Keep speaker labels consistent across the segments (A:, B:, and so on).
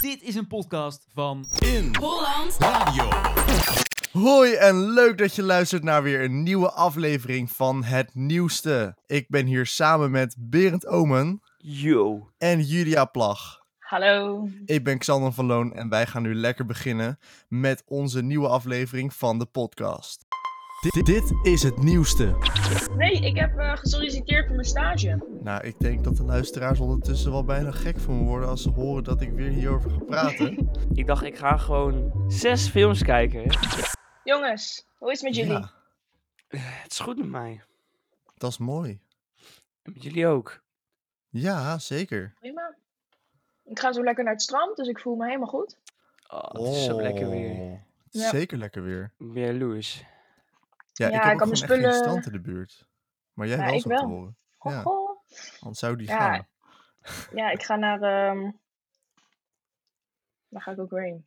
A: Dit is een podcast van
B: In
C: Holland
B: Radio.
D: Hoi en leuk dat je luistert naar weer een nieuwe aflevering van Het Nieuwste. Ik ben hier samen met Berend Omen
E: Yo.
D: en Julia Plag.
F: Hallo.
D: Ik ben Xander van Loon en wij gaan nu lekker beginnen met onze nieuwe aflevering van de podcast. Dit, dit is Het Nieuwste.
F: Nee, ik heb eh, gesolliciteerd voor mijn stage.
D: Nou, ik denk dat de luisteraars ondertussen wel bijna gek van me worden als ze horen dat ik weer hierover ga praten.
E: Ik dacht, ik ga gewoon zes films kijken.
F: Jongens, hoe is het met jullie?
D: Ja,
E: Het is goed met mij.
D: dat is mooi.
E: En met jullie ook.
D: Ja, zeker.
F: Prima. Ik ga zo lekker naar het strand, dus ik voel me helemaal goed.
E: Oh, het is zo lekker weer.
D: Oh,
F: Ja.
D: Zeker lekker weer.
E: Ik Ben Louis?
D: Ja,
F: Ja,
D: ik
F: ik
D: heb ook
F: had
D: gewoon
F: mijn
D: echt geen
F: spullen-
D: strand in de buurt. Maar jij
F: Ja,
D: wel
F: ik
D: zo te
F: wel.
D: horen.
F: Ho,
D: Ja.
F: ho.
D: Anders zou die
F: Ja.
D: gaan.
F: Ja, ik ga naar... ehm Waar ga ik ook weer heen?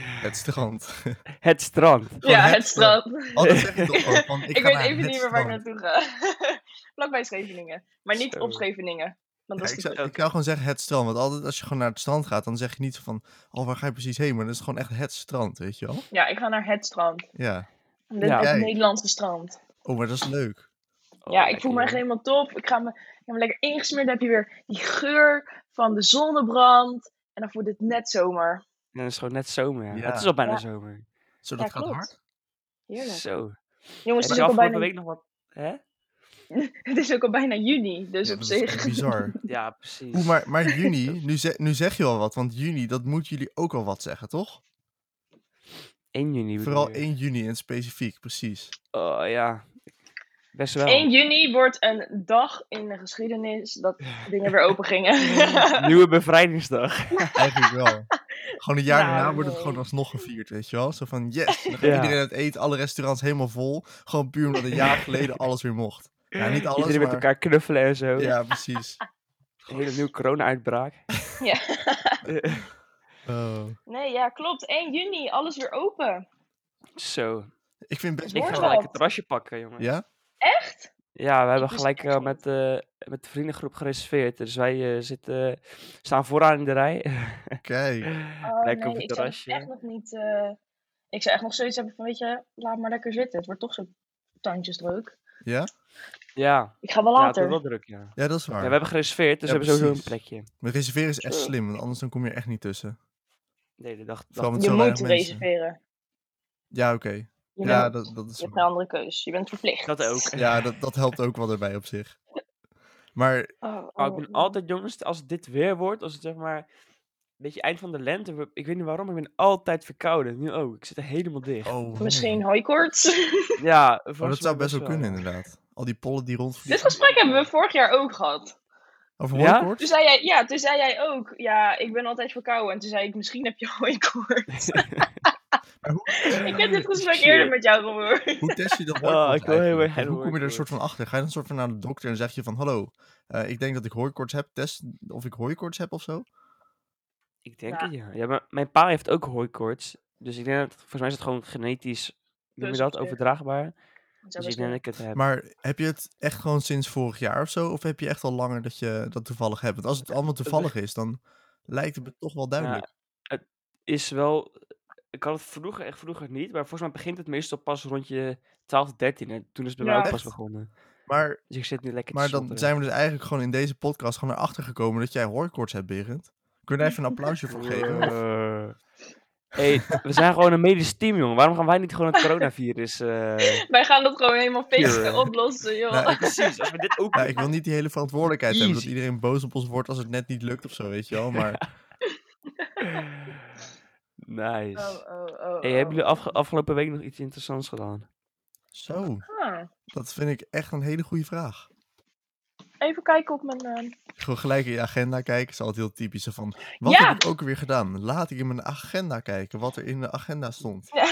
D: Het strand.
E: Het strand.
D: Gewoon
F: ja,
D: het
F: het, strand.
D: Oh, dat zeg ik toch ook. Van, ik
F: Ik,
D: ga
F: weet
D: naar
F: even
D: het
F: niet meer waar ik
D: strand.
F: naartoe ga. Vlakbij Scheveningen. Maar niet
E: Zo.
F: op Scheveningen. Want
D: Ja,
F: dat
D: ik,
F: is
D: zou,
F: niet
D: ik zou gewoon zeggen het strand. Want altijd als je gewoon naar het strand gaat, dan zeg je niet van... Oh, waar ga je precies heen? Maar dat is gewoon echt het strand, weet je wel?
F: leuk. Ja, ik ga naar het strand.
D: Ja.
F: Dit
E: Ja.
F: is het
D: Kijk.
F: Nederlandse strand.
D: Oh, maar dat is leuk.
E: Oh,
F: ja, ik
E: lekker,
F: voel me echt
E: joh.
F: helemaal top. Ik ga me, ik heb me lekker ingesmeerd. Dan heb je weer die geur van de zonnebrand. En dan voelt het net zomer.
E: En dan is het gewoon net zomer. ja.
D: Ja.
E: Het is al bijna
F: Ja.
E: zomer.
D: Zo,
F: Ja,
D: dat gaat
F: klopt.
D: hard.
F: Heerlijk.
E: Zo.
F: Jongens,
E: Heb
F: het
E: je
F: is, ook al
E: afgelopen
F: bijna,
E: week nog wat... Hè?
F: het is ook al bijna juni. Dus
D: Ja,
F: op
D: dat is echt
F: zich.
D: bizar.
E: Ja, precies.
D: Oeh, maar, maar juni, nu, ze- nu zeg je al wat. Want juni, dat moet jullie ook al wat zeggen, toch?
E: 1 juni. bedoel
D: Vooral
E: je?
D: 1 juni in specifiek, precies.
E: Oh, ja. Best wel.
F: 1 juni wordt een dag in de geschiedenis dat dingen weer open gingen.
E: Nieuwe bevrijdingsdag.
D: Eigenlijk wel. Gewoon een jaar
F: Nou,
D: daarna wordt het
F: nee.
D: gewoon alsnog gevierd, weet je wel? Zo van, yes, dan gaat
E: Ja.
D: iedereen uit eten, alle restaurants helemaal vol. Gewoon puur omdat een jaar geleden alles weer mocht. Ja, niet alles,
E: Iedereen met
D: maar-
E: elkaar knuffelen en zo.
D: Ja, precies.
E: Een hele nieuwe corona-uitbraak.
F: ja.
E: Eh,
D: Oh.
F: Nee, ja, klopt. 1 juni, alles weer open.
E: zo.
D: Ik vind best
E: Ik
F: Wordt
D: wel...
E: ga
F: wel.
E: gelijk een terrasje pakken, jongen.
D: Ja?
F: Echt?
E: Ja, we hebben
F: wist
E: gelijk
F: echt
E: eh, met, eh, met de vriendengroep gereserveerd. Dus wij eh, zitten, staan vooraan in de rij.
D: Kijk.
F: Oh,
E: Lekker op het
F: nee, ik zou
E: terrasje.
F: echt nog niet. eh, ik zou echt nog zoiets hebben van: weet je, laat maar lekker zitten. Het wordt toch zo tandjesdruk.
D: Ja?
E: Ja,
F: Ik ga wel
E: ja, het
F: later.
E: wordt wel druk, ja.
D: Oh, Ja, dat is
E: Ja,
D: waar.
E: we hebben gereserveerd, dus
D: Ja,
E: we hebben sowieso een
D: precies.
E: plekje.
D: Maar reserveren is echt
F: Zo.
D: slim, want anders dan kom je er echt niet tussen.
E: Nee, dat dacht,
D: Vooral
E: dacht
D: met
F: je
D: zo
F: moet
D: weinig mensen.
F: reserveren.
D: Ja, oké.
F: Je,
D: Ja,
F: bent-
D: dat, dat is
F: je hebt
D: waar.
F: geen andere keus. Je bent verplicht.
E: dat ook.
D: Ja, dat, dat helpt ook wel erbij op zich. Maar
F: Oh,
E: Maar ik
F: oh,
E: ben
F: oh.
E: altijd, jongens, als het dit weer wordt, als het zeg maar een beetje eind van de lente, wordt- ik weet niet waarom, ik ben altijd verkouden. Nu ook, ik zit er helemaal dicht.
D: Oh,
F: Misschien hooikoorts.
E: Ja,
D: Oh,
E: volgens
D: dat zou
E: mij
D: best wel kunnen, inderdaad. Al die pollen die
F: Dit
D: rondvliegen.
F: gesprek hebben we vorig jaar ook gehad.
D: Over
E: Ja?
D: hooikoorts?
F: Toen zei jij, ja, toen zei jij ook, ja, ik ben altijd verkouden. En toen zei ik, misschien heb je hooikoorts.
D: Maar hoe-
F: ik heb dit gesprek
E: Shit.
F: eerder met jou gehoord.
D: Hoe test je dat
E: Ah,
D: hooikoorts
E: ik wil heel
D: eigenlijk?
E: erg aan
D: Hoe kom je er een
E: hooikoorts.
D: soort van achter? Ga je dan soort van naar de dokter en zeg je van... Hallo, eh, ik denk dat ik hooikoorts heb. Test of ik hooikoorts heb of zo.
E: Ik denk
F: Ja.
E: het, ja. ja maar mijn pa heeft ook hooikoorts. Dus ik denk dat, volgens mij is het gewoon genetisch, noem je
F: Dus
E: eh, dat,
F: op zich.
E: overdraagbaar. Dus ik denk dat
F: Zo
E: ik het heb.
D: Maar heb je het echt gewoon sinds vorig jaar of zo? Of heb je echt al langer dat je dat toevallig hebt? Want als het allemaal toevallig is, dan lijkt het me toch wel duidelijk.
E: is wel. eh, Ik had het vroeger, echt vroeger niet, maar volgens mij begint het meestal pas rond je 12, 13. En toen is het bij
F: Ja.
E: mij ook pas
D: Echt?
E: begonnen.
D: Maar,
E: Dus ik zit nu lekker
D: maar
E: te
D: dan
E: stotteren.
D: zijn we dus eigenlijk gewoon in deze podcast gewoon erachter gekomen dat jij hooikoorts hebt, Berend. Kun je daar even een applausje voor geven? Of-
E: Eh. hey, we zijn gewoon een medisch team, jongen. Waarom gaan wij niet gewoon het coronavirus... eh,
F: Wij gaan dat gewoon helemaal feesten
E: Cure.
F: oplossen, joh.
D: Nou, ik-
E: Precies, als we dit ook...
D: Ja, ik wil niet die hele verantwoordelijkheid hebben dat
E: Easy.
D: iedereen boos op ons wordt als het net niet lukt of zo, weet je wel. Maar
E: Nice.
F: Oh, oh, oh,
E: hey,
F: oh.
E: hebben jullie afge- afgelopen week nog iets interessants gedaan?
D: Zo,
F: Ah,
D: dat vind ik echt een hele goede vraag.
F: even kijken op mijn... eh,
D: Gewoon gelijk in je agenda kijken is altijd heel typisch. zo Van, wat
F: Ja!
D: heb ik ook weer gedaan? Laat ik in mijn agenda kijken wat er in de agenda stond.
F: Ja.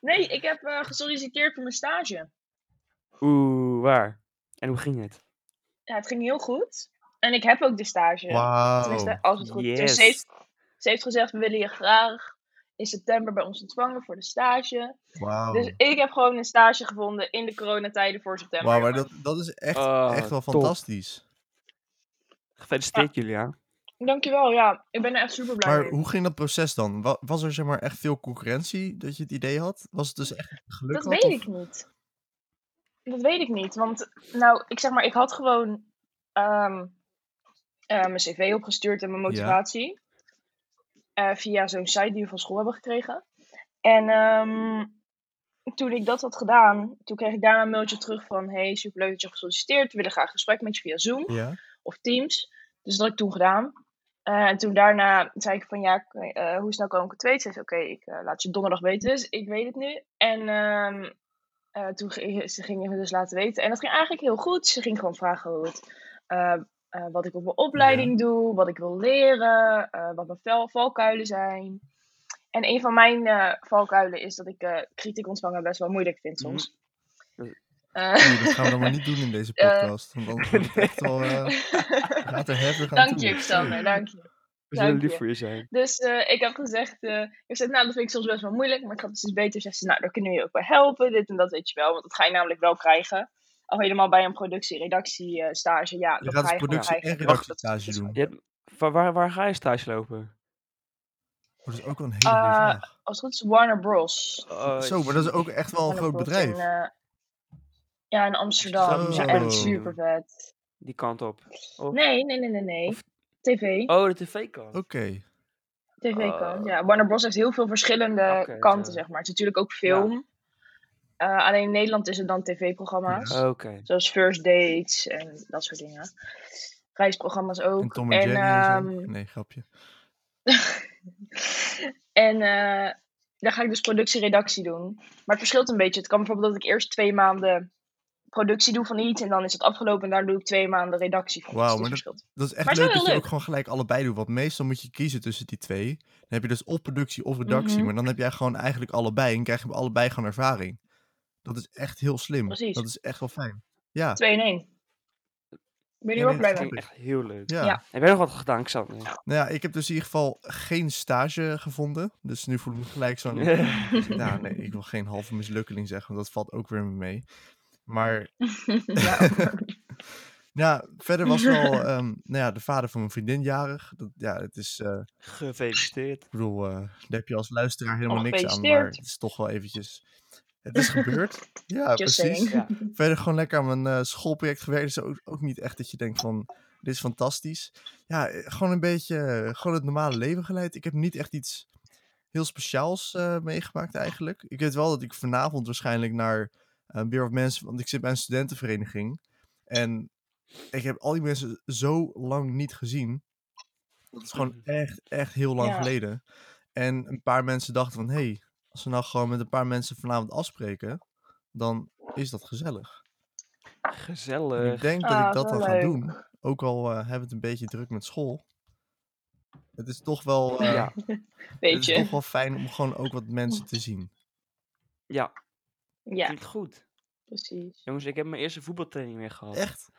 F: nee, ik heb eh, gesolliciteerd voor mijn stage.
E: Oeh, waar? En hoe ging het?
F: Ja, het ging heel goed. En ik heb ook de stage. Tenminste,
D: Wauw.
F: als het goed is. Dus ze, heeft, ze heeft gezegd, we willen je graag in september bij ons ontvangen voor de stage. Dus
D: Wauw,
F: ik heb gewoon een stage gevonden in de coronatijden voor september.
D: Wauw, maar dat, dat is echt,
E: Oh,
D: echt wel
E: top.
D: fantastisch.
E: Gefeliciteerd, Julia.
F: Dankjewel, ja. Ik ben er echt super blij
D: Maar
F: mee.
D: hoe ging dat proces dan? Wa- Was er zeg maar echt veel concurrentie dat je het idee had? Was het dus echt geluk?
F: Dat
D: had,
F: weet
D: of-
F: ik niet. Dat weet ik niet. Want, nou, ik zeg maar, ik had gewoon ehm, eh, mijn cv opgestuurd en mijn
D: Ja.
F: motivatie. Eh, via zo'n site die we van school hebben gekregen. En ehm, toen ik dat had gedaan, toen kreeg ik daarna een mailtje terug van... Hey, superleuk dat je hebt gesolliciteerd. We willen graag een gesprek met je via Zoom
D: Ja.
F: of Teams. Dus dat had ik toen gedaan. Eh, en toen daarna zei ik van ja, k- eh, hoe snel komen ik het weet? Ze zei oké, ik eh, laat je donderdag weten. Dus ik weet het nu. En ehm, eh, toen ging, ze gingen me dus laten weten. En dat ging eigenlijk heel goed. Ze ging gewoon vragen hoe het, eh, eh, wat ik op mijn opleiding doe, wat ik wil leren, eh, wat mijn val- valkuilen zijn. En een van mijn eh, valkuilen is dat ik eh, kritiek ontvangen best wel moeilijk vind
E: Mhm.
F: soms.
E: Dat-
F: Eh,
D: Nee, Mm. dat gaan we dan maar niet doen in deze
F: Eh.
D: podcast. want dan wordt het echt wel, eh, gaat er heftig aan
F: dank
D: toe.
F: je, Xander, dank je.
E: We zullen
F: Dank
E: lief
F: je.
E: voor je zijn.
F: Dus eh, ik heb gezegd, eh, ik zei, nou dat vind ik soms best wel moeilijk, maar het gaat dus beter. Zegt ze, nou daar kunnen we je ook bij helpen, dit en dat weet je wel, want dat ga je namelijk wel krijgen. Al helemaal bij een productie, redactie, eh, stage, ja,
D: Je
F: dat
D: gaat dus
F: ga je gewoon
D: productie en
F: krijgen. Je mag dat-
D: redactiestage
F: dat is-
D: doen.
E: Je hebt, waar, waar, waar ga je stage lopen?
D: Oh, dat is ook wel een hele goede
F: Eh,
D: vraag.
F: Als het goed is, Warner Bros.
E: Oh,
D: Zo, maar dat is ook echt wel een
F: Warner
D: groot
F: Bros
D: bedrijf.
F: In, eh, ja, in Amsterdam.
D: Zo.
F: Ja, echt super vet.
E: Die kant op.
F: Nee, nee, nee, nee, nee.
E: Of-
F: TV.
E: Oh, de tv-kant.
F: eh,
D: Oké.
F: TV-kant,
E: Oh.
F: ja. Warner Bros. heeft heel veel verschillende
E: Oké,
F: kanten,
E: zo.
F: zeg maar. Het is natuurlijk ook film. Eh, alleen in Nederland is het dan tv-programma's.
D: Ja.
E: Oké.
F: Zoals first dates en dat soort dingen. Reisprogramma's ook.
D: En Tom en Jerry en zo.
F: ehm,
D: Nee, grapje.
F: en eh, daar ga ik dus productieredactie doen. Maar het verschilt een beetje. Het kan bijvoorbeeld dat ik eerst twee maanden productie doe van iets. En dan is het afgelopen en daar doe ik twee maanden redactie van
D: Wauw,
F: iets. Dus
D: maar
F: het verschilt.
D: Dat is echt
F: maar het is wel
D: leuk dat
F: heel
D: je ook
F: leuk.
D: gewoon gelijk allebei doet. Want meestal moet je kiezen tussen die twee. Dan heb je dus of productie of redactie.
F: Mhm.
D: Maar dan heb jij gewoon eigenlijk allebei. En krijg je allebei gewoon ervaring. Dat is echt heel slim.
F: Precies.
D: Dat is echt wel fijn. Ja.
F: Twee in één. Ik ben
D: Ja,
F: hier
D: nee,
F: ook blij
D: dat
F: mee.
E: Klinkt echt heel leuk.
D: Ja.
F: Ja.
E: Heb jij nog wat gedaan, Xander?
D: Nou ja, ik heb dus in ieder geval geen stage gevonden. Dus nu voel ik me gelijk zo'n... nou nee, ik wil geen halve mislukkeling zeggen. Want dat valt ook weer mee. Maar
F: ja.
D: ja, verder was wel ehm, nou ja, de vader van mijn vriendin jarig. Dat, ja, het is... eh,
E: Gefeliciteerd.
D: Ik bedoel, eh, daar heb je als luisteraar helemaal
F: Oh,
D: niks aan, maar
F: gefeliciteerd.
D: het is toch wel eventjes... Het is gebeurd. Ja,
F: Just
D: precies.
F: saying.
E: Ja.
D: Verder gewoon lekker aan mijn eh, schoolproject gewerkt. Dus ook, ook niet echt dat je denkt van, dit is fantastisch. Ja, eh, gewoon een beetje, eh, gewoon het normale leven geleid. Ik heb niet echt iets heel speciaals eh, meegemaakt eigenlijk. Ik weet wel dat ik vanavond waarschijnlijk naar eh Beer of Mensen... Want ik zit bij een studentenvereniging. En ik heb al die mensen zo lang niet gezien. Dat is gewoon echt, echt heel lang
F: Ja.
D: geleden. En een paar mensen dachten van, hé, hey, als we nou gewoon met een paar mensen vanavond afspreken, dan is dat gezellig. En ik
E: Gezellig.
D: denk dat
F: Ah,
D: ik dat
F: wel
D: dan ga
F: leuk.
D: doen. Ook al eh hebben we het een beetje druk met school. Het is toch wel, eh,
E: Ja.
D: het
F: Weet
D: is
F: je.
D: toch wel fijn om gewoon ook wat mensen te zien.
E: Ja,
F: Ja,
E: klinkt goed.
F: precies.
E: Jongens, ik heb mijn eerste voetbaltraining weer gehad.
D: Echt?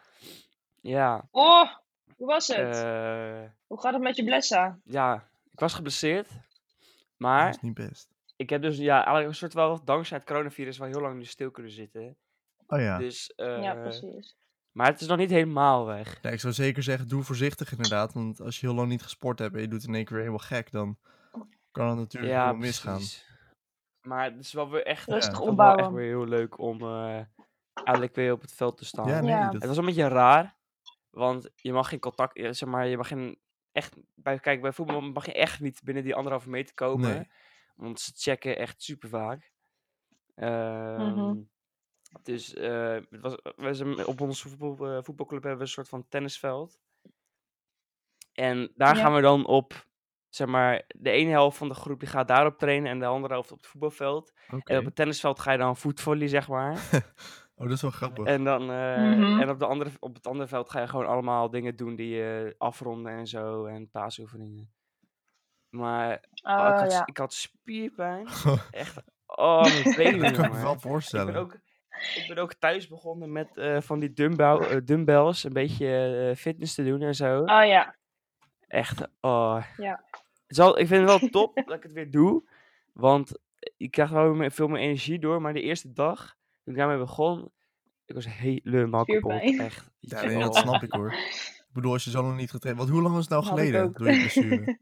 E: Ja.
F: Oh, hoe was het?
E: eh,
F: hoe gaat het met je Blessa?
E: ja, ik was geblesseerd.
D: Dat is
E: Maar
D: niet best.
E: ik heb dus ja, eigenlijk een soort wel dankzij het coronavirus wel heel lang nu stil kunnen zitten.
D: Oh ja.
E: Dus,
F: ja,
E: eh,
F: precies.
E: maar het is nog niet helemaal weg.
D: Ja, ik zou zeker zeggen, doe voorzichtig inderdaad. Want als je heel lang niet gesport hebt en je doet in één keer weer helemaal gek, dan kan het natuurlijk
E: ja,
D: helemaal misgaan.
E: precies. Maar het is wel weer echt,
F: Rustig
E: het was wel echt
F: opbouwen.
E: weer heel leuk om eh, eindelijk weer op het veld te staan.
D: Ja, nee,
F: Ja.
D: dat-
E: Het was een beetje raar, want je mag geen contact, ja, zeg maar, je mag geen echt, bij, kijk, bij voetbal mag je echt niet binnen die anderhalve meter komen,
D: Nee.
E: want ze checken echt super vaak. Ehm, Dus eh, het was, we zijn, op onze voetbal, eh, voetbalclub hebben we een soort van tennisveld. En daar
F: Ja.
E: gaan we dan op, zeg maar, de ene helft van de groep die gaat daarop trainen en de andere helft op het voetbalveld.
D: Oké.
E: En op het tennisveld ga je dan voetvolley, zeg maar.
D: Oh, dat is wel grappig.
E: En dan eh,
F: Mhm.
E: en op, de andere, op het andere veld ga je gewoon allemaal dingen doen die je afronden en zo. En paasoefeningen. Maar
F: Oh,
E: oh, ik, had,
F: ja.
E: ik had spierpijn. Echt. Oh, mijn benen.
D: dat kan ik me
E: jongen.
D: wel
E: ik,
D: voorstellen.
E: ben ook, ik ben ook thuis begonnen met eh, van die dumbbell, eh, dumbbells. Een beetje eh, fitness te doen en zo.
F: Oh ja,
E: Echt. Oh.
F: Ja.
E: Het is wel- ik vind het wel top dat ik het weer doe. Want ik krijg wel meer- veel meer energie door. Maar de eerste dag, toen ik daarmee begon, ik was helemaal kapot.
F: Spierpijn.
E: Echt.
D: Ja, nee, dat snap ik hoor. bedoel, als je zo lang niet getraind... Want hoe lang is het nou
E: Had ik
D: geleden
E: ook.
D: door je blessure?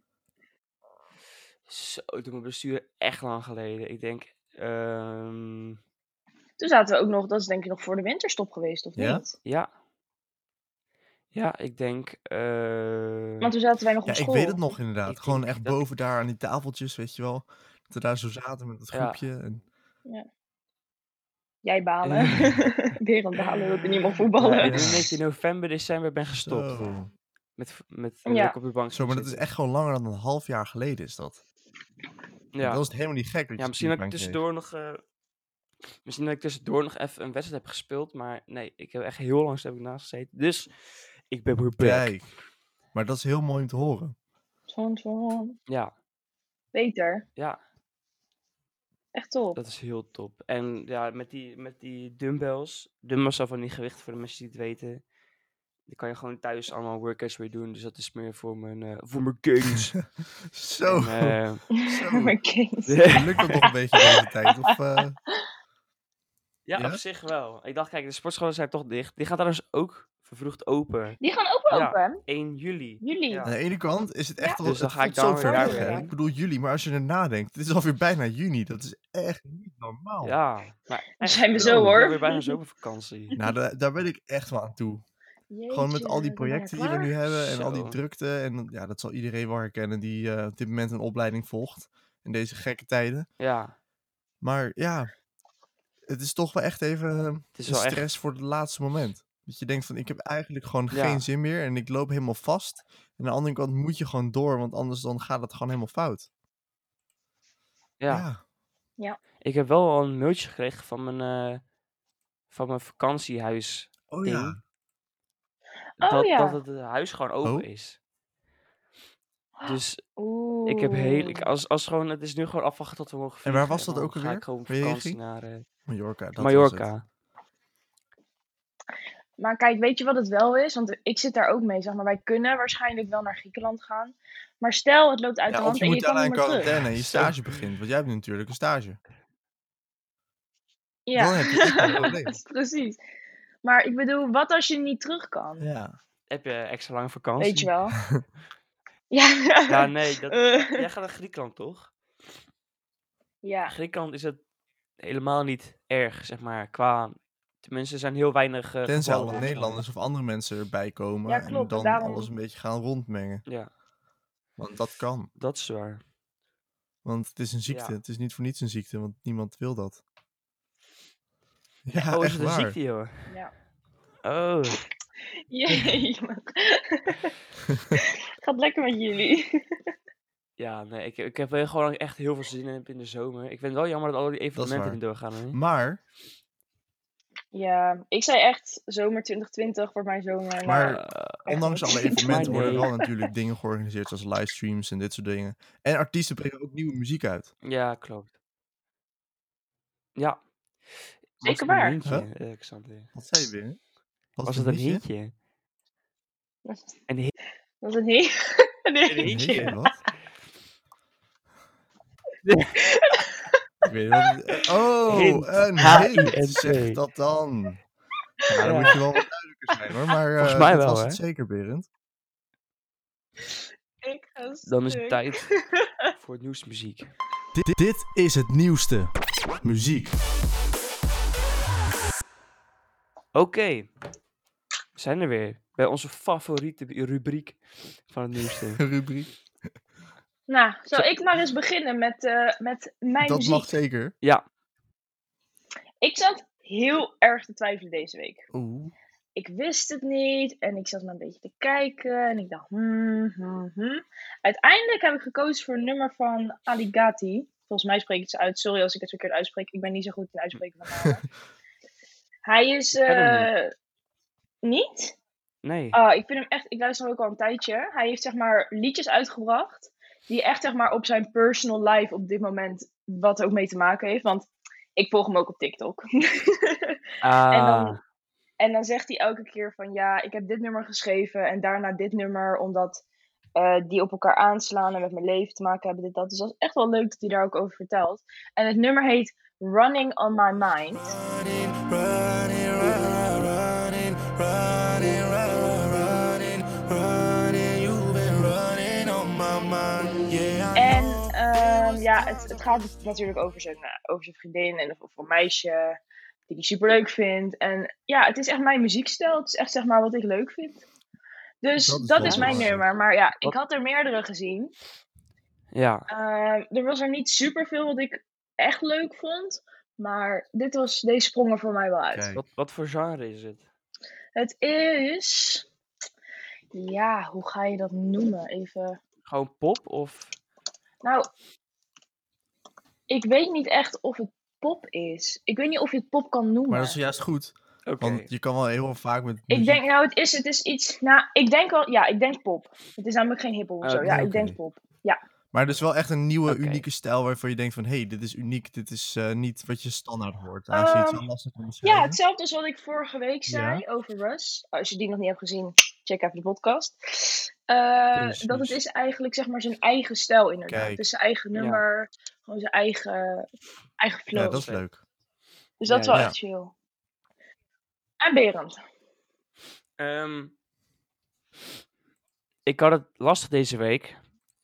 E: Zo, toen mijn blessure echt lang geleden. Ik denk, ehm,
F: Toen zaten we ook nog, dat is denk ik nog voor de winterstop geweest, of
D: Ja?
F: niet?
E: ja. Ja, ik denk. eh,
F: Want toen zaten wij nog
D: ja,
F: op
D: ik
F: school.
D: weet het nog inderdaad.
E: Ik
D: Gewoon
E: denk
D: echt
E: dat ik-
D: boven daar aan die tafeltjes, weet je wel. Dat we daar zo zaten met het
E: Ja.
D: groepje. En...
F: Jij balen. Weer aan balen dat er niet mag
E: ja,
F: voetballen.
E: ik denk dat ik in november, december ben gestopt.
D: Zo.
E: Met, v- met
F: Ja.
E: dat ik op de bank
D: zo, maar
E: ging
D: dat is
E: zitten.
D: echt gewoon langer dan een half jaar geleden is dat. Ja.
E: Ja,
D: Dan is het helemaal niet gek. Dat
E: ja misschien dat ik tussendoor nog. eh, misschien dat ik tussendoor nog even een wedstrijd heb gespeeld. Maar nee, ik heb echt heel lang heb ik naast gezeten. Dus ik ben weer back.
D: Kijk. Maar dat is heel mooi om te horen.
F: Zo'n, zo'n.
E: Ja,
F: Beter.
E: ja.
F: Echt top.
E: Dat is heel top. En ja, met die, met die dumbbells. Dumbbells zijn van die gewichten voor de mensen die het weten. Die kan je gewoon thuis allemaal workouts mee doen. Dus dat is meer voor mijn, eh, voor mijn gains.
D: Zo.
E: En, eh,
D: Zo.
F: maar Kees.
D: Lukt dat nog een beetje deze tijd? Of, eh,
E: ja,
D: Ja?
E: op zich wel. Ik dacht, kijk, de sportscholen zijn toch dicht. Die gaan trouwens ook vervroegd open.
F: Die gaan ook wel
E: Ja.
F: open. hè?
E: 1 juli.
F: Jullie.
E: Ja.
D: Aan de ene kant is het echt al
E: Dus dan
D: het
E: ga ik
D: voelt zo
E: daar
D: ver
F: weer
D: weg.
F: heen.
D: hè. Ik bedoel jullie, maar als je er nadenkt, het is alweer bijna juni. Dat is echt niet normaal.
E: Ja. Maar echt,
F: zijn we zo,
E: ik ben
F: hoor.
E: weer bijna zomervakantie.
D: Nou, daar, daar ben ik echt wel aan toe. Gewoon met al die projecten die we nu hebben en al die
E: Zo.
D: drukte. En ja, dat zal iedereen wel herkennen die eh, op dit moment een opleiding volgt. In deze gekke tijden.
E: Ja.
D: Maar ja, het is toch wel echt even eh,
E: Het is
D: een
E: wel echt.
D: stress voor het laatste moment. Dat je denkt van, ik heb eigenlijk gewoon
E: Ja.
D: geen zin meer en ik loop helemaal vast. En aan de andere kant moet je gewoon door, want anders dan gaat het gewoon helemaal fout.
E: Ja. Ik heb wel al een mailtje gekregen van mijn, eh, van mijn vakantiehuis.
D: Oh
E: ding.
D: ja.
F: Oh,
E: dat,
F: ja.
E: dat het eh, huis gewoon open
D: Oh.
E: is. Dus
F: Oeh.
E: ik heb heel. ik- als, als gewoon, het is nu gewoon afwachten tot we mogen
D: En waar
E: vliegen
D: was dat
E: dan
D: ook
E: Ga
D: alweer?
E: ik gewoon op
D: Waar je heen
E: vakantie
D: ging?
E: naar eh,
D: Mallorca. dat was het.
E: Mallorca.
F: Maar kijk, weet je wat het wel is? Want ik zit daar ook mee, zeg maar. Wij kunnen waarschijnlijk wel naar Griekenland gaan. Maar stel, het loopt uit
D: Ja,
F: de
D: of
F: hand
D: je
F: en je
D: moet
F: kan
D: daarna
F: niet
D: in
F: meer terug.
D: quarantaine en je
E: Zo.
D: stage begint. Want jij hebt natuurlijk een stage.
F: Ja,
D: Dan heb je echt een probleem.
F: precies. Maar ik bedoel, wat als je niet terug kan?
D: Ja.
E: Heb je extra lange vakantie?
F: Weet je wel. ja.
D: nou-
E: Ja, nee. Dat,
F: Eh,
E: jij gaat naar Griekenland, toch?
F: ja.
E: Griekenland is het helemaal niet erg, zeg maar. Qua. Tenminste, er zijn heel weinig. eh,
D: Tenzij
E: gevallen
D: alle
E: of zo.
D: Nederlanders of andere mensen erbij komen.
F: Ja, klopt,
D: en dan
F: daarom-
D: alles een beetje gaan rondmengen.
E: Ja,
D: Want dat kan.
E: dat is waar.
D: Want het is een ziekte.
E: Ja.
D: Het is niet voor niets een ziekte, want niemand wil dat. Ja,
E: oh, is
D: echt
E: het een
D: waar.
E: ziekte, joh?
F: Ja.
E: Oh.
F: Jee, man. Gaat lekker met jullie.
E: Ja, nee, ik, ik heb er gewoon echt heel veel zin in in de zomer. Ik vind het wel jammer dat al die evenementen
D: waar.
E: niet doorgaan. Hè?
D: Maar,
F: Ja, ik zei echt, zomer 2020 wordt mijn zomer.
D: Maar-
E: Eh,
F: echt
D: ondanks
F: niet.
D: alle evenementen
E: Maar
D: worden er
E: nee.
D: wel natuurlijk dingen georganiseerd, zoals livestreams en dit soort dingen. En artiesten brengen ook nieuwe muziek uit.
E: ja, klopt. Ja.
F: Zeker
E: Was het
F: waar.
E: Een hintje,
D: Huh?
E: eh, Xander?
D: Wat zei je weer? Was,
E: Was het een hintje? Een hi-
F: Dat is een heel...
E: Een
F: Nee.
D: Een
E: hintje?
D: hintje, wat? Ik weet niet wat het- Oh,
E: Hint.
D: een
E: H-I-N-T.
D: hint. Zeg dat dan. Nou, dan
E: Ja.
D: moet je wel wat duidelijker zijn hoor. Maar eh,
E: Volgens mij
D: dat
E: wel,
D: was het
E: hè?
D: zeker, Berend.
F: Ik ga
E: Dan is het
F: stuk.
E: tijd voor het nieuwsmuziek.
D: Dit, dit is het nieuwste. Muziek.
E: Oké. We zijn er weer. Bij onze favoriete bi- rubriek van het nieuwste.
D: Rubriek.
F: Nou, zal ik maar eens beginnen met, eh, met mijn
D: dat
F: muziek?
D: mag zeker.
E: ja.
F: Ik zat heel erg te twijfelen deze week.
D: Oeh.
F: Ik wist het niet en ik zat maar een beetje te kijken en ik dacht, hmm, hmm, hmm. Uiteindelijk heb ik gekozen voor een nummer van Aligati. Volgens mij spreek ik ze uit. Sorry als ik het verkeerd uitspreek. Ik ben niet zo goed in uitspreken van namen. Hij is...
E: Ken hem
F: eh, niet?
E: Nee.
F: Ah, ik vind hem echt, ik luister hem ook al een tijdje. Hij heeft zeg maar liedjes uitgebracht die echt zeg maar op zijn personal life op dit moment wat ook mee te maken heeft. Want ik volg hem ook op TikTok. Oh, en dan-
E: Ah,
F: en dan zegt hij elke keer van ja, ik heb dit nummer geschreven en daarna dit nummer, omdat eh, die op elkaar aanslaan en met mijn leven te maken hebben, dit, dat. Dus dat is echt wel leuk dat hij daar ook over vertelt. En het nummer heet Running on My Mind.
B: Running, running, running, running, running, running,
F: ehm, ja, het, het gaat natuurlijk over zijn, eh, over zijn vriendin en of- of een meisje die hij superleuk vindt. En ja, het is echt mijn muziekstijl. Het is echt zeg maar wat ik leuk vind. Dus
D: Dat is
F: dat,
D: wel
F: is mijn
D: belangrijk.
F: nummer. Maar ja,
E: Wat-
F: ik had er meerdere gezien.
E: Ja,
F: Ehm, er was er niet superveel wat ik echt leuk vond. Maar dit was, deze sprong er voor mij wel uit.
D: Kijk.
E: wat, wat voor genre is het?
F: Het is. Ja, hoe ga je dat noemen? Even.
E: Gewoon pop of...
F: Nou, ik weet niet echt of het pop is. Ik weet niet of je het pop kan noemen.
D: Maar dat is juist goed.
E: Oké,
D: Want je kan wel heel vaak met.
F: Ik
D: muziek-
F: denk, nou, het is, het is iets. Nou, ik denk wel, ja, ik denk pop. Het is namelijk geen hiphop of
E: Oh,
F: zo. Ja,
D: oké.
F: ik denk pop.
D: Maar dus wel echt een nieuwe,
E: Oké.
D: unieke stijl waarvan je denkt van... hé, hey, dit is uniek, dit is eh, niet wat je standaard hoort. Aangezien het zo
F: Ehm,
D: lastig om te
F: Ja,
D: schrijven.
F: hetzelfde als wat ik vorige week zei over Russ. Als je die nog niet hebt gezien, check even de podcast. Eh, dat het
D: Precies.
F: is eigenlijk zeg maar zijn eigen stijl inderdaad.
D: Kijk.
F: Het is zijn eigen
E: Ja.
F: nummer, gewoon zijn eigen, eigen flow.
D: Ja, dat is leuk.
F: Dus dat
E: Ja,
F: is wel
D: ja.
F: echt chill. En Berend.
E: Ehm, ik had het lastig deze week,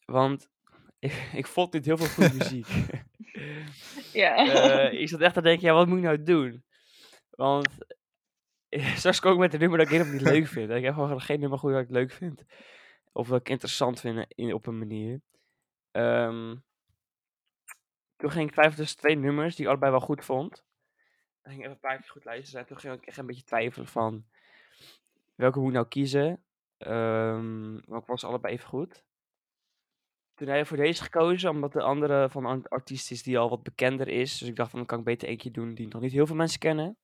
E: want ik, ik vond niet heel veel goede muziek.
F: Ja.
E: Eh, ik zat echt te denken, ja, wat moet ik nou doen? Want eh, straks kom ik met een nummer dat ik helemaal niet leuk vind. Ik heb gewoon geen nummer goed dat ik leuk vind. Of dat ik interessant vind eh, in, op een manier. Ehm, toen ging ik twijfelen tussen twee nummers die ik allebei wel goed vond. Dan ging ik even een paar keer goed luisteren. En toen ging ik echt een beetje twijfelen van... Welke moet ik nou kiezen? Ehm want ik was allebei even goed. Toen heb ik voor deze gekozen, omdat de andere van een artiest is die al wat bekender is. Dus ik dacht van, dan kan ik beter eentje doen die nog niet heel veel mensen kennen.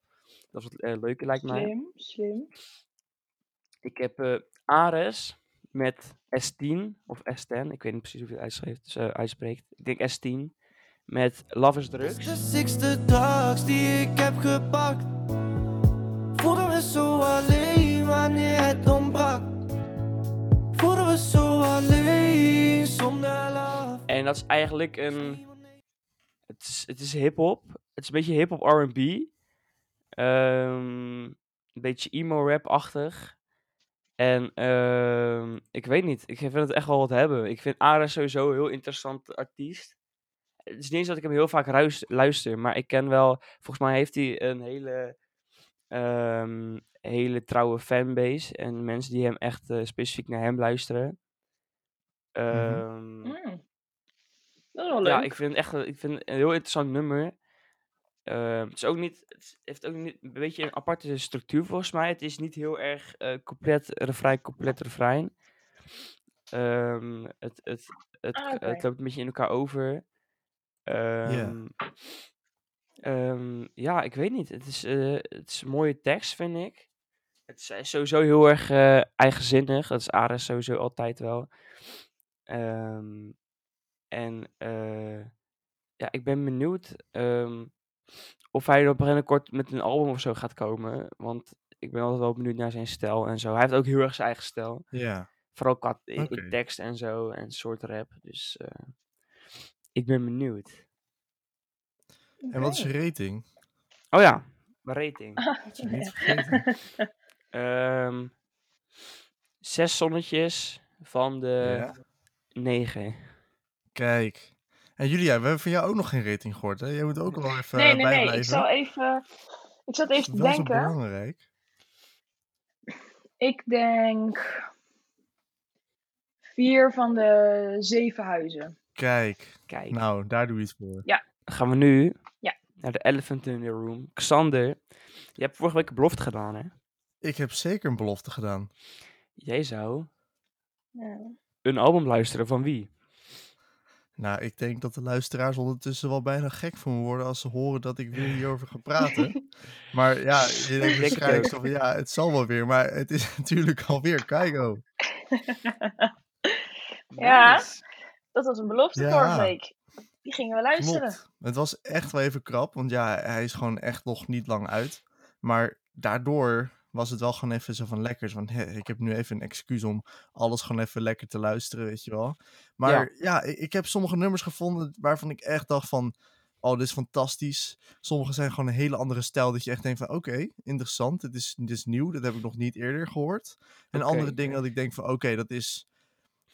E: Dat is wat eh, leuker lijkt mij.
F: Slim, slim.
E: Ik heb eh, Ares met S10 of S10. Ik weet niet precies hoe je het uitschrijft, dus, eh, uitspreekt. Ik denk S10 met Love is Drugs.
B: De sixte drugs die ik heb gepakt. Voelden we zo alleen wanneer het ontbrak. Voelden we zo alleen zonder love.
E: En dat is eigenlijk een... Het is, het is hip-hop. Het is een beetje hip-hop RB. Ehm, een beetje emo-rap-achtig. En ehm, ik weet niet. Ik vind het echt wel wat hebben. Ik vind Ares sowieso een heel interessant artiest. Het is niet eens dat ik hem heel vaak ruis- luister. Maar ik ken wel. Volgens mij heeft hij een hele. ehm, hele trouwe fanbase. En mensen die hem echt eh, specifiek naar hem luisteren. Ehm,
F: Mm. Dat is wel leuk.
E: ja, ik vind het echt een- ik vind het een heel interessant nummer. Ehm, het, is ook niet, het is- heeft ook niet, een beetje een aparte structuur volgens mij. Het is niet heel erg eh compleet refrein, compleet refrein. Ehm, het, het, het,
F: Ah, oké.
E: het loopt een beetje in elkaar over. Ehm, ehm, ja, ik weet niet. Het is, eh, het is een mooie tekst, vind ik. Het is eh, sowieso heel erg eh, eigenzinnig. Dat is Ares sowieso altijd wel. Ehm, en eh, ja, ik ben benieuwd ehm, of hij op een binnenkort met een album of zo gaat komen. Want ik ben altijd wel benieuwd naar zijn stijl en zo. Hij heeft ook heel erg zijn eigen stijl.
D: Ja.
E: Vooral qua in, in
D: Oké.
E: tekst en zo en soort rap. Dus eh, ik ben benieuwd.
D: En wat is je rating?
E: Oh ja, mijn rating.
D: Dat je niet vergeten.
E: Ehm, zes zonnetjes van de
D: Ja.
E: negen.
D: Kijk. En Julia, we hebben van jou ook nog geen rating gehoord, hè? Jij moet ook wel even
F: nee,
D: eh,
F: nee, nee.
D: bijblijven.
F: Ik zal even. Ik zat
D: Dat
F: even te
D: is wel zo
F: denken.
D: belangrijk.
F: Ik denk vier van de zeven huizen.
D: Kijk,
E: Kijk,
D: nou, daar doe je iets voor.
E: dan gaan we nu
F: Ja.
E: naar de elephant in the room. Xander, je hebt vorige week een belofte gedaan, hè?
D: Ik heb zeker een belofte gedaan.
E: Jij zou
F: Ja.
E: een album luisteren van wie?
D: Nou, ik denk dat de luisteraars ondertussen wel bijna gek van me worden als ze horen dat ik weer hierover ga praten. maar ja, je
E: denk
D: denkt
E: het
D: waarschijnlijk
E: ook.
D: zo van ja, het zal wel weer, maar het is natuurlijk alweer oh. Keigo.
F: Ja. Dat was een belofte
D: Ja.
F: vorige week. Die gingen we luisteren.
D: Klopt. Het was echt wel even krap, want ja, hij is gewoon echt nog niet lang uit. Maar daardoor was het wel gewoon even zo van lekkers. Want hè, ik heb nu even een excuus om alles gewoon even lekker te luisteren, weet je wel. Maar ja, ik, ik heb sommige nummers gevonden waarvan ik echt dacht van... Oh, dit is fantastisch. Sommige zijn gewoon een hele andere stijl. Dat je echt denkt van, oké, interessant. Dit is, dit is nieuw. Dat heb ik nog niet eerder gehoord. En
E: Oké,
D: andere
E: oké.
D: dingen dat ik denk van, oké, dat is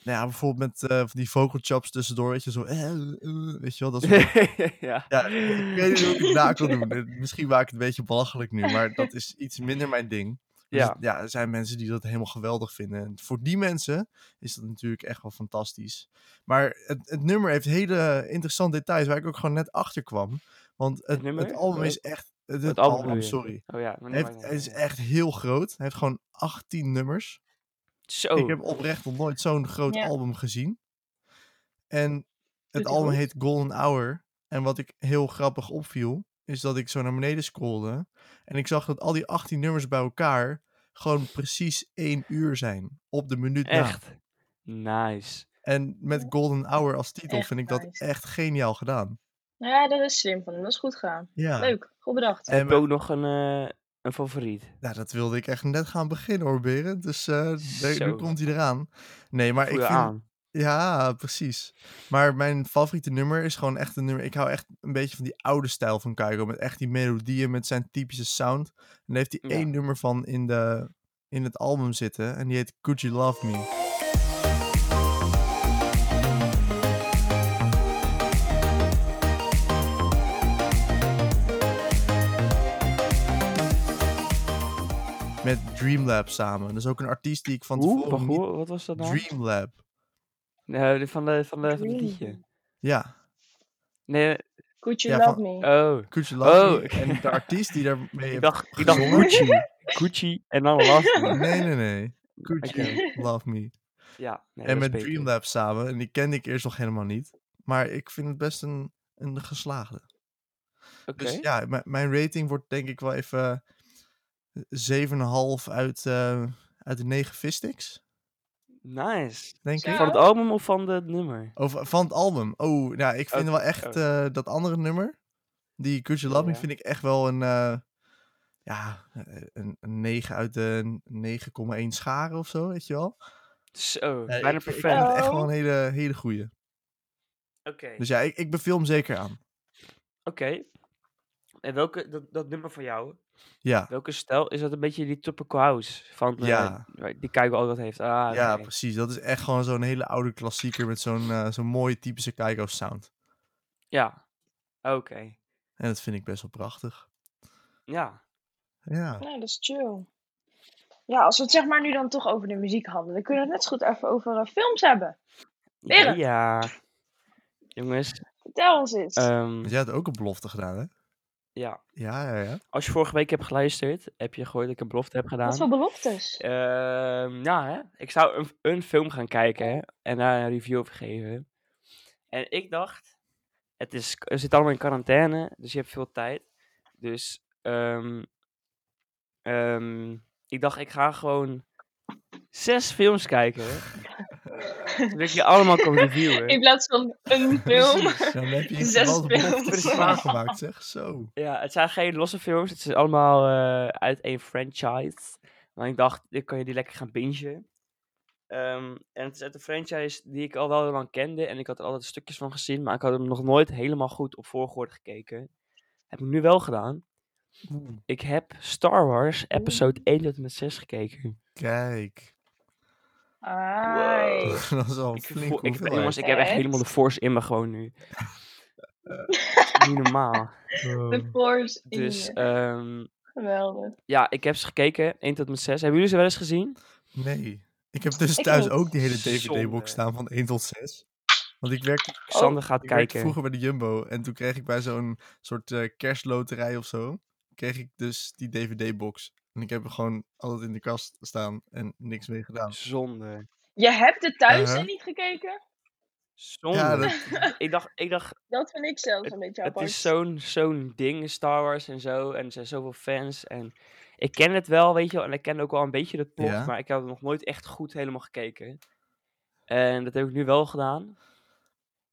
D: Nou ja, bijvoorbeeld met eh, van die vogelchops tussendoor, weet je, zo... eh, eh, weet je wel, dat soort...
E: ja.
D: Ja, ik weet niet hoe ik het na kan doen. Eh, Misschien maak ik het een beetje belachelijk nu, maar dat is iets minder mijn ding. Dus
E: Ja.
D: het- ja, er zijn mensen die dat helemaal geweldig vinden. En voor die mensen is dat natuurlijk echt wel fantastisch. Maar het, het nummer heeft hele interessante details waar ik ook gewoon net achter kwam. Want het, het,
E: nummer?
D: album is
E: Het-
D: echt... Het,
E: het album
D: album,
E: bedoel je?
D: sorry.
E: Oh ja. maar
D: Heeft,
E: nou,
D: het is echt heel groot. Hij heeft gewoon 18 nummers.
E: Zo.
D: Ik heb oprecht nog nooit zo'n groot
F: Oh. Ja.
D: album gezien. En het
F: ik
D: album
F: ook.
D: heet Golden Hour. En wat ik heel grappig opviel, is dat ik zo naar beneden scrolde. En ik zag dat al die 18 nummers bij elkaar gewoon precies één uur zijn. Op de minuut na.
E: Echt. Nice.
D: En met Golden Hour als titel
F: Echt
D: vind ik dat
F: nice.
D: echt geniaal gedaan.
F: Nou ja, dat is slim van hem. Dat is goed gegaan.
D: Ja.
F: Leuk, goed bedacht.
D: En
E: Heb je ook nog een, eh, een favoriet?
D: Nou, dat wilde ik echt net gaan beginnen hoor, Berend. Dus eh, daar- nu
E: Zo.
D: komt hij eraan. Nee, maar
E: Voel
D: ik
E: je
D: vind,
E: aan.
D: Ja, precies. Maar mijn favoriete nummer is gewoon echt een nummer. Ik hou echt een beetje van die oude stijl van Kygo. Met echt die melodieën, met zijn typische sound. En daar heeft hij
E: Ja.
D: één nummer van in, de, in het album zitten. En die heet Could You Love Me? Met Dreamlab samen. Dat is ook een artiest die ik van
E: Hoe?
D: tevoren niet...
E: Wat was dat nou?
D: Dreamlab.
E: Nee, de- van de, van de, van het
F: Dream.
E: liedje.
D: Ja.
E: Nee,
F: Could you
D: Ja,
F: love
D: van-
F: me?
E: oh.
D: Could you love
E: Oh,
D: me?
E: oké.
D: En de artiest die daarmee
E: Ik
D: heeft
E: dacht, ik dacht
D: gezongen?
E: Gucci. Gucci en dan Love Me.
D: Nee, nee, nee. Could you love me?
E: Ja, nee,
D: en
E: dat is
D: met
E: beter.
D: Dreamlab samen. En die kende ik eerst nog helemaal niet. Maar ik vind het best een, een geslaagde.
E: Oké.
D: Dus ja, m- mijn rating wordt denk ik wel even eh, 7,5 uit, eh, uit de 9 Fistics,
E: Nice.
D: denk
F: Zo.
D: ik.
E: Van het album of van het nummer?
D: Of eh, van het album. Oh, nou, ik vind
E: Oké,
D: wel echt
E: oh.
D: eh, dat andere nummer. Die Could You Love Me
E: Ja.
D: vind ik echt wel een, eh, ja, eh, een, een 9 uit de 9,1 scharen of zo, weet je wel.
E: Zo,
D: Nee,
E: bijna
D: ik, vind- ik vind
E: perfect.
D: het echt wel
F: Oh.
D: een hele, hele goeie.
E: Oh. Oké.
D: Dus ja, ik, ik beveel hem zeker aan.
E: Oké. En welke, dat, dat nummer van jou,
D: Ja,
E: welke stijl, is dat een beetje die tropical house? Van, eh,
D: Ja.
E: waar- die Keigo altijd heeft. Ah,
D: ja
E: oké.
D: precies. Dat is echt gewoon zo'n hele oude klassieker met zo'n eh, zo'n mooie typische Kaigo sound.
E: Ja. Oké.
D: En dat vind ik best wel prachtig.
E: Ja.
D: Ja,
F: Nou, dat is chill. Ja, als we het zeg maar nu dan toch over de muziek handelen, dan kunnen we het net zo goed even over eh, films hebben.
E: Ja.
F: Berend.
E: ja. Jongens,
F: Vertel ons eens.
E: ehm,
D: want Dus jij had ook een belofte gedaan, hè?
E: ja.
D: Ja, ja, ja.
E: Als je vorige week hebt geluisterd, heb je gehoord dat ik een belofte heb gedaan.
F: Wat voor
E: eh,
F: beloftes?
E: Ehm, nou, hè? ik zou een, een film gaan kijken hè, en daar een review over geven. En ik dacht, het is, we zitten allemaal in quarantaine, dus je hebt veel tijd. Dus ehm, ehm, ik dacht, ik ga gewoon zes films kijken. dat ik die allemaal kan
F: In
E: reviewen.
F: plaats van een film.
D: Precies. Ja, dan heb je iets
F: Zes
D: wel de belofte
F: films.
D: waargemaakt, zeg. Zo.
E: Ja, het zijn geen losse films, het zijn allemaal eh, uit één franchise. Maar ik dacht, dan kan je die lekker gaan bingen. Ehm, en het is uit een franchise die ik al wel heel lang kende. En ik had er altijd stukjes van gezien, maar ik had hem nog nooit helemaal goed op voorgehoord gekeken. Heb ik nu wel gedaan. Ik heb Star Wars episode 1 tot en met 6 gekeken.
D: Kijk.
F: Ai.
D: dat is al
E: Ik,
D: flink
E: voel, ik, jongens, ik heb echt
F: Echt?
E: helemaal de force in me gewoon nu. Niet normaal.
F: The Force in
E: Dus
F: je.
E: ehm,
F: Geweldig.
E: ja, ik heb ze gekeken, 1 tot en met 6. Hebben jullie ze wel eens gezien?
D: Nee. Ik heb dus
F: Ik
D: thuis
F: niet.
D: ook die hele
E: Zonde.
D: DVD-box staan van 1 tot 6. Want ik werkte
E: Xander gaat
D: Ik werkte
E: kijken.
D: vroeger bij de Jumbo en toen kreeg ik bij zo'n soort eh, kerstloterij of zo, kreeg ik dus die DVD-box. En ik heb er gewoon altijd in de kast staan en niks mee gedaan.
E: Zonde.
F: Je hebt het thuis
D: Uh-huh.
F: en niet gekeken?
E: Zonde.
D: Ja, dat,
E: Ik dacht, ik dacht
F: Dat vind ik zelfs een beetje
E: het
F: apart.
E: is zo'n zo'n ding, Star Wars en zo. En er zijn zoveel fans. En ik ken het wel, weet je wel. En ik ken ook wel een beetje het plot.
D: Ja.
E: Maar ik heb het nog nooit echt goed helemaal gekeken. En dat heb ik nu wel gedaan.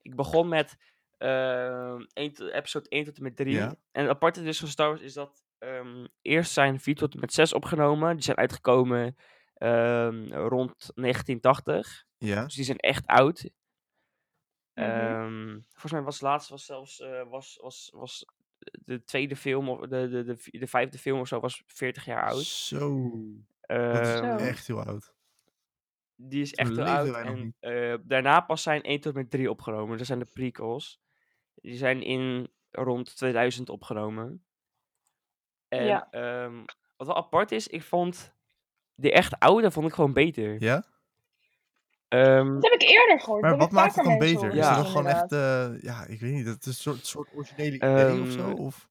E: Ik begon met ehm, één tot- episode 1 tot en met 3.
D: Ja.
E: En het aparte dus van Star Wars is dat... ehm, eerst zijn 4 tot en met 6 opgenomen. Die zijn uitgekomen ehm, rond 1980.
D: ja.
E: Dus die zijn echt oud.
D: Mm-hmm.
F: Mhm.
E: Ehm, volgens mij was laatst was zelfs eh, was, was, was de tweede film, of de, de, de, vi- de vijfde film of zo, was 40 jaar oud.
D: Zo. Dat is
E: Ehm,
F: Zo.
D: echt heel oud.
E: die is
D: Toen
E: echt heel
D: leefden
E: oud.
D: wij nog
E: En
D: niet.
E: eh, daarna pas zijn 1 tot en met 3 opgenomen. Dat zijn de prequels. Die zijn in rond 2000 opgenomen. En
F: Ja.
E: ehm, wat wel apart is, ik vond de echt oude vond ik gewoon beter.
D: Ja?
E: Ehm,
F: Dat heb ik eerder gehoord.
D: Maar
F: dat
D: wat
F: heb ik
D: maakt het
F: vaker
D: dan
F: mensen
D: beter?
F: horen
D: Is
E: Ja.
D: het dan
F: zeggen,
D: gewoon
F: inderdaad.
D: echt, eh, ja, ik weet niet, het is een soort, soort originele idee of zo?
E: Ehm,
D: Of,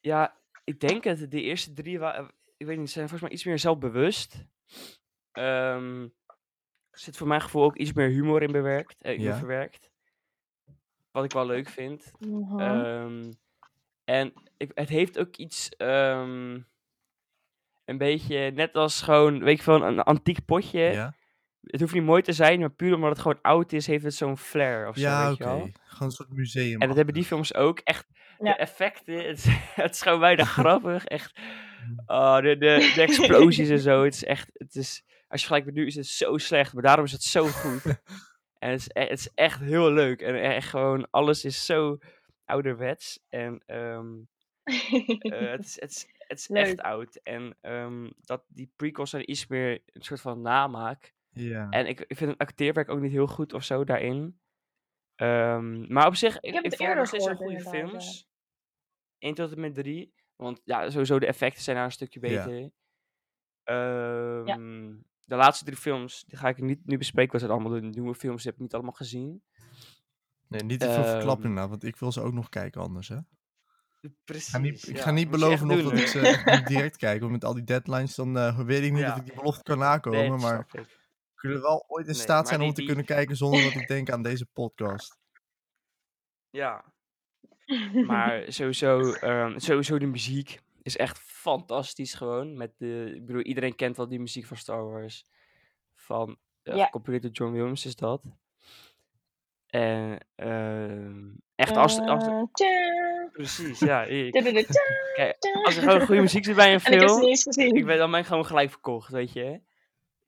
E: ja, ik denk het. De eerste drie waren, ik weet niet, zijn volgens mij iets meer zelfbewust. Ehm, er zit voor mijn gevoel ook iets meer humor in bewerkt, eh, in
D: Ja.
E: verwerkt. Wat ik wel leuk vind.
F: Mhm.
E: Ehm, en ik, het heeft ook iets. ehm, een beetje net als gewoon, weet je van een antiek potje.
D: ja,
E: Het hoeft niet mooi te zijn, maar puur omdat het gewoon oud is, heeft het zo'n flair of zo.
D: ja
E: weet
D: oké.
E: je wel.
D: Gewoon een soort museum.
E: En dat hebben die films ook. Echt,
F: Ja.
E: de effecten, het, is- het is gewoon bijna grappig. Echt, Ah, de, de, de explosies en zo. Het is echt, het is, als je vergelijkt met nu is het zo slecht, maar daarom is het zo goed. en het is, e- het is echt heel leuk. En e-, echt gewoon, alles is zo ouderwets. En ehm, eh, het is, het is, het is
F: Leuk.
E: echt oud. En ehm, dat, die prequels zijn iets meer een soort van namaak.
D: Ja.
E: En ik, ik vind het acteerwerk ook niet heel goed of zo daarin. Ehm, maar op zich, ik,
F: heb
E: ik
F: het
E: vond het nog
F: eerder
E: steeds een
F: gehoord
E: goede
F: inderdaad, ja.
E: films. 1 tot en met 3. Want ja, sowieso de effecten zijn daar een stukje
D: Ja.
E: beter. Ehm, De laatste drie films, die ga ik niet nu bespreken. want het zijn allemaal de nieuwe films, die heb ik niet allemaal gezien.
D: Nee, niet te veel verklappen
E: Ehm,
D: inderdaad, want ik wil ze ook nog kijken anders, hè. Ik
E: Precies.
D: ga niet, ik
E: ja,
D: ga niet
E: moet je echt
D: beloven nog
E: doen,
D: dat ik
E: hoor.
D: ze echt niet direct kijk, want met al die deadlines dan eh, weet ik niet
E: Ja.
D: of ik die belofte kan
E: Nee,
D: nakomen,
E: dat
D: maar
E: snap ik.
D: we kunnen wel ooit in
E: Nee,
D: staat
E: maar
D: zijn om
E: die-
D: te
E: die-
D: kunnen kijken zonder dat ik denk aan deze podcast.
E: Ja, eh, Maar sowieso, ehm, sowieso de muziek is echt fantastisch gewoon. Met de, ik bedoel, iedereen kent wel die muziek van Star Wars. Van, eh,
F: Ja.
E: gecomponeerd door John Williams is dat. En ehm, echt als, als...
F: Eh, tja,
E: Precies, ja. ik-
F: tja, tja, tja,
E: Kijk,
F: tja.
E: als er gewoon goede muziek zit bij een
F: En ik heb ze
E: film,
F: niet
E: ik,
F: eens gezien.
E: ben dan ben ik gewoon gelijk verkocht, weet je.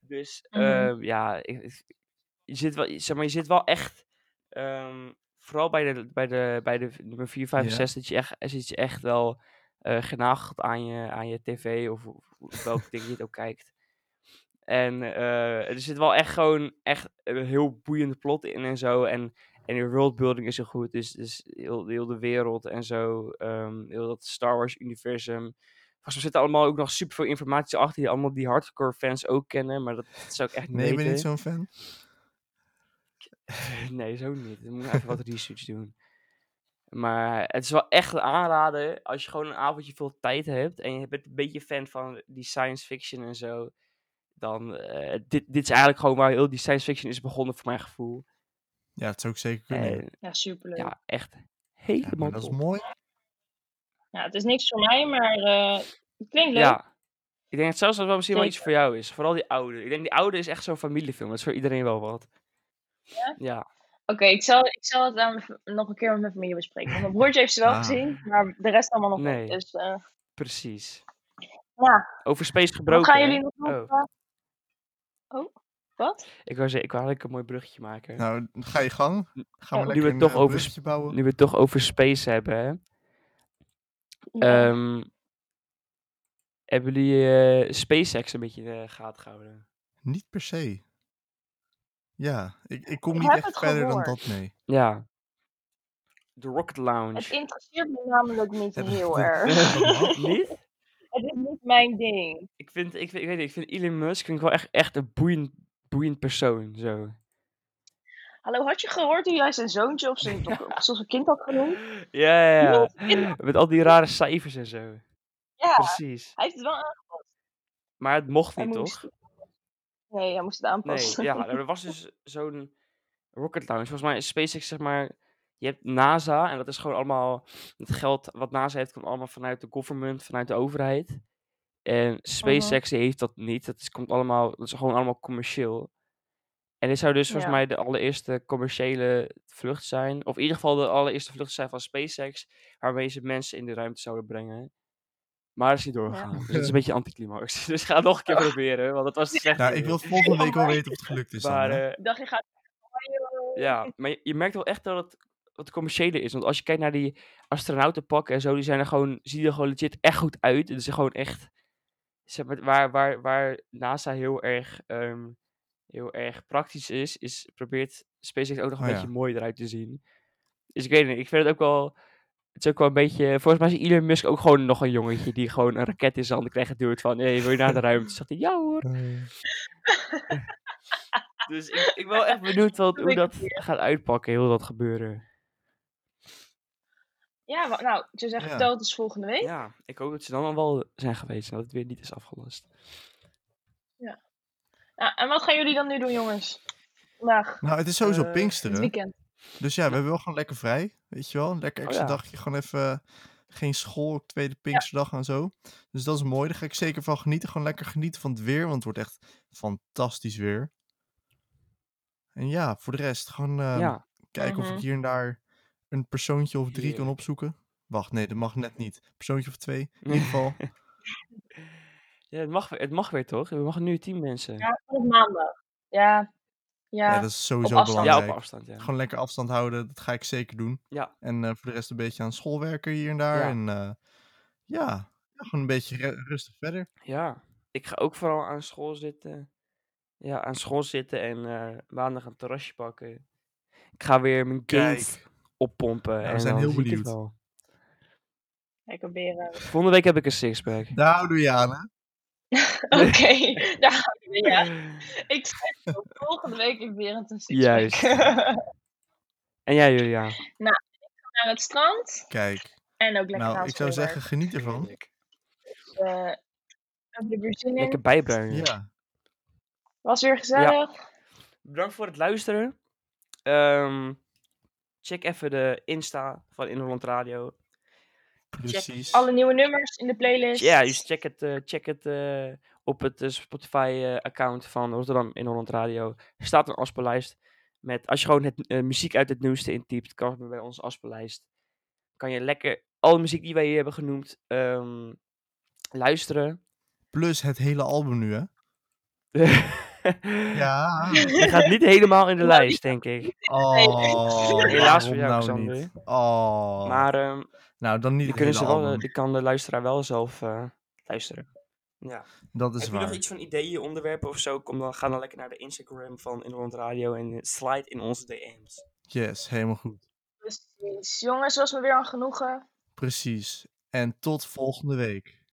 E: Dus
F: Mhm.
E: ehm, ja, ik- ik- je, zit wel, zeg maar, je zit wel echt, ehm, vooral bij de, bij de, bij de nummer 4, 5 en
D: Ja.
E: 6, dat je echt, zit je echt wel eh genageld aan je, aan je tv of, of of welk ding je het ook kijkt. En eh, er zit wel echt gewoon echt een heel boeiende plot in en zo. En, en die worldbuilding is zo goed. Dus, dus heel, heel de wereld en zo. ehm, heel dat Star Wars universum. Volgens mij zit er allemaal ook nog super veel informatie achter die allemaal die hardcore fans ook kennen. Maar dat, dat zou ik echt niet
D: Nee, ik ben niet
E: weten.
D: zo'n fan.
E: Nee, zo niet. Dan moet ik even wat research doen. Maar het is wel echt een aanrader als je gewoon een avondje veel tijd hebt en je bent een beetje fan van die science fiction en zo. Dan, eh, dit, dit is eigenlijk gewoon waar heel die science fiction is begonnen voor mijn gevoel.
D: Ja, dat zou ik zeker kunnen. ja.
E: En
F: Ja, superleuk. Ja.
E: ja, echt
D: Ja,
E: helemaal
D: maar dat is
E: top.
D: mooi.
F: het is niks voor mij, maar eh, het klinkt leuk.
E: Ja. Ik denk dat zelfs dat wel misschien wel iets
F: Zeker.
E: voor jou is. Vooral die oude. Ik denk die oude is echt zo'n familiefilm. Dat is voor iedereen wel wat. Ja.
F: Oké, ik, zal, ik zal het aan mijn v- nog een keer met mijn familie bespreken. Want mijn broertje heeft ze wel
D: Ah.
F: gezien, maar de rest allemaal nog
E: Nee.
F: niet. Dus eh,
E: precies.
F: nou,
E: Over space gebroken.
F: wat gaan
E: hè?
F: jullie nog doen?
E: Oh,
F: Oh, wat?
E: ik wou zeggen, ik wou eigenlijk een mooi bruggetje maken.
D: Nou, ga je gang. Gaan we
E: nu
D: lekker
E: we
D: een,
E: toch
D: eh,
E: over
D: bruggetje bouwen.
E: Nu we het toch over space hebben, hè?
F: Ja.
E: Ehm, hebben jullie eh, SpaceX een beetje in de gaten gehouden?
D: Niet per se. Ja, ik, ik kom
F: Ik
D: niet
F: heb
D: echt
F: het
D: verder dan
F: gehoord.
D: dat, nee.
E: Ja. De Rocket
F: het
E: Lounge.
F: interesseert me namelijk niet
D: Ja, dat-
F: heel
D: dat-
F: erg.
E: niet?
F: het is niet mijn ding.
E: Ik vind, ik, vind, ik, weet niet, ik vind Elon Musk vind ik wel echt, echt een boeiend, boeiend persoon. Zo.
F: Hallo, had je gehoord hoe jij zijn zoontje of zijn, of- of zijn kind had genoemd?
E: Ja, ja, ja.
F: Ja.
E: Met al die rare cijfers en zo.
F: Ja,
E: Precies.
F: hij heeft het wel aangepast.
E: Maar het mocht
F: Hij
E: niet,
F: moest
E: toch?
F: het- Nee, hij moest het
E: Nee,
F: aanpassen.
E: ja, nou, er was dus zo'n rocket launch. Volgens mij is SpaceX, zeg maar, je hebt NASA en dat is gewoon allemaal, het geld wat NASA heeft komt allemaal vanuit de government, vanuit de overheid. En SpaceX heeft dat niet, dat is, komt allemaal, dat is gewoon allemaal commercieel. En dit zou dus volgens
F: Ja.
E: mij de allereerste commerciële vlucht zijn, of in ieder geval de allereerste vlucht zijn van SpaceX, waarmee ze mensen in de ruimte zouden brengen. Maar dat is niet doorgegaan. Dus dat is een beetje anticlimax. Dus ga het nog een keer proberen, want dat was de slechte
D: Nou, ik
E: idee.
D: wil het volgende week wel weten of het gelukt is dan,
E: Maar
D: hè.
E: eh,
F: Ik dacht, je gaat... Oh, joh.
E: ja, maar je, je merkt wel echt dat het wat commerciëler is. Want als je kijkt naar die astronautenpakken en zo, die zijn er gewoon, zien er gewoon legit echt goed uit. Het is gewoon echt, zeg maar, waar, waar, waar NASA heel erg ehm, heel erg praktisch is, is probeert SpaceX ook nog een
D: Oh ja.
E: beetje mooi eruit te zien. Dus ik weet niet, ik vind het ook wel, het is ook wel een beetje, volgens mij is Elon Musk ook gewoon nog een jongetje die gewoon een raket in zijn handen krijgt geduwd van, hey, wil je naar de ruimte? Zegt hij, ja hoor.
D: Eh,
E: Dus ik, ik ben wel echt benieuwd wat, hoe
F: weet
E: dat gaat uitpakken, heel dat gebeuren.
F: Ja, wa- nou, ik zou zeggen,
D: Ja.
F: vertel het dus volgende week.
E: Ja, ik hoop dat ze dan al wel zijn geweest en dat het weer niet is afgelast.
F: Nou, en wat gaan jullie dan nu doen, jongens? Vandaag,
D: Nou, het is sowieso
E: Eh,
F: dit
D: Pinksteren.
F: weekend.
D: Dus ja, we hebben wel gewoon lekker vrij. Weet je wel, een lekker
E: Oh
D: extra
E: ja.
D: dagje. Gewoon even eh, geen school, tweede Pinksterdag en zo. Dus dat is mooi. Daar ga ik zeker van genieten. Gewoon lekker genieten van het weer, want het wordt echt fantastisch weer. En ja, voor de rest, gewoon ehm,
E: ja,
D: kijken of
F: Mhm.
D: ik hier en daar een persoontje of drie kan
E: Heerlijk.
D: opzoeken. Wacht, nee, dat mag net niet. Persoontje of twee, in ieder geval.
E: ja het, mag, weer- het mag weer toch? We mogen nu tien mensen.
F: Ja, op maandag. Ja, ja.
D: ja, dat is sowieso
F: afstand.
D: belangrijk.
E: Ja, op afstand, ja.
D: Gewoon lekker afstand houden, dat ga ik zeker doen.
E: Ja.
D: En eh, voor de rest een beetje aan school werken hier en daar.
E: Ja.
D: En eh, ja, ja, gewoon een beetje re- rustig verder.
E: Ja, ik ga ook vooral aan school zitten. Ja, aan school zitten en eh, maandag een terrasje pakken. Ik ga weer mijn gains oppompen. en
D: we zijn
E: dan
D: heel
E: zie ik het
D: benieuwd.
E: wel.
F: Lekker beren.
E: Volgende week heb ik een sixpack.
D: Daar houden we je aan, hè?
F: Oké, daar gaan we weer. Ja. Ik zeg het ook, volgende week in Berend een sixpack.
E: Juist. En jij, Julia?
F: Naar het strand
D: Kijk,
F: en ook lekker
D: nou,
F: aan
D: ik zou zeggen,
F: schoolwerk.
D: geniet ervan.
F: Eh, heb je er weer zin in?
E: Lekker bijbruinen.
D: Ja,
F: Was weer gezellig.
E: Bedankt voor het luisteren. Ehm, check even de Insta van In Holland Radio.
D: precies.
F: Alle nieuwe nummers in de playlist.
E: Ja, dus check het, eh, check het eh, op het Spotify-account van Rotterdam in Holland Radio. Er staat een afspeellijst met, als je gewoon het, eh, muziek uit het nieuwste intypt, kan je bij onze afspeellijst, kan je lekker alle muziek die wij hier hebben genoemd, ehm, luisteren.
D: Plus het hele album nu, hè? Ja.
E: Je gaat niet helemaal in de
F: Nou,
E: lijst, denk ik.
D: Oh,
E: Helaas voor jou,
D: waarom nou
E: Xander.
D: niet? Oh,
E: Maar ehm,
D: nou dan niet
E: die
D: het
E: kunnen
D: hele
E: ze wel,
D: album.
E: eh, die kan de luisteraar wel zelf eh, luisteren. Ja.
D: Dat is
E: Heb je nog
D: waar.
E: iets van ideeën, onderwerpen of zo? Kom dan, ga dan lekker naar de Instagram van Inland Radio en eh, slide in onze DM's.
D: Yes, helemaal goed.
F: Dus, Precies. Jongens, was me weer een genoegen.
D: Precies. En tot volgende week.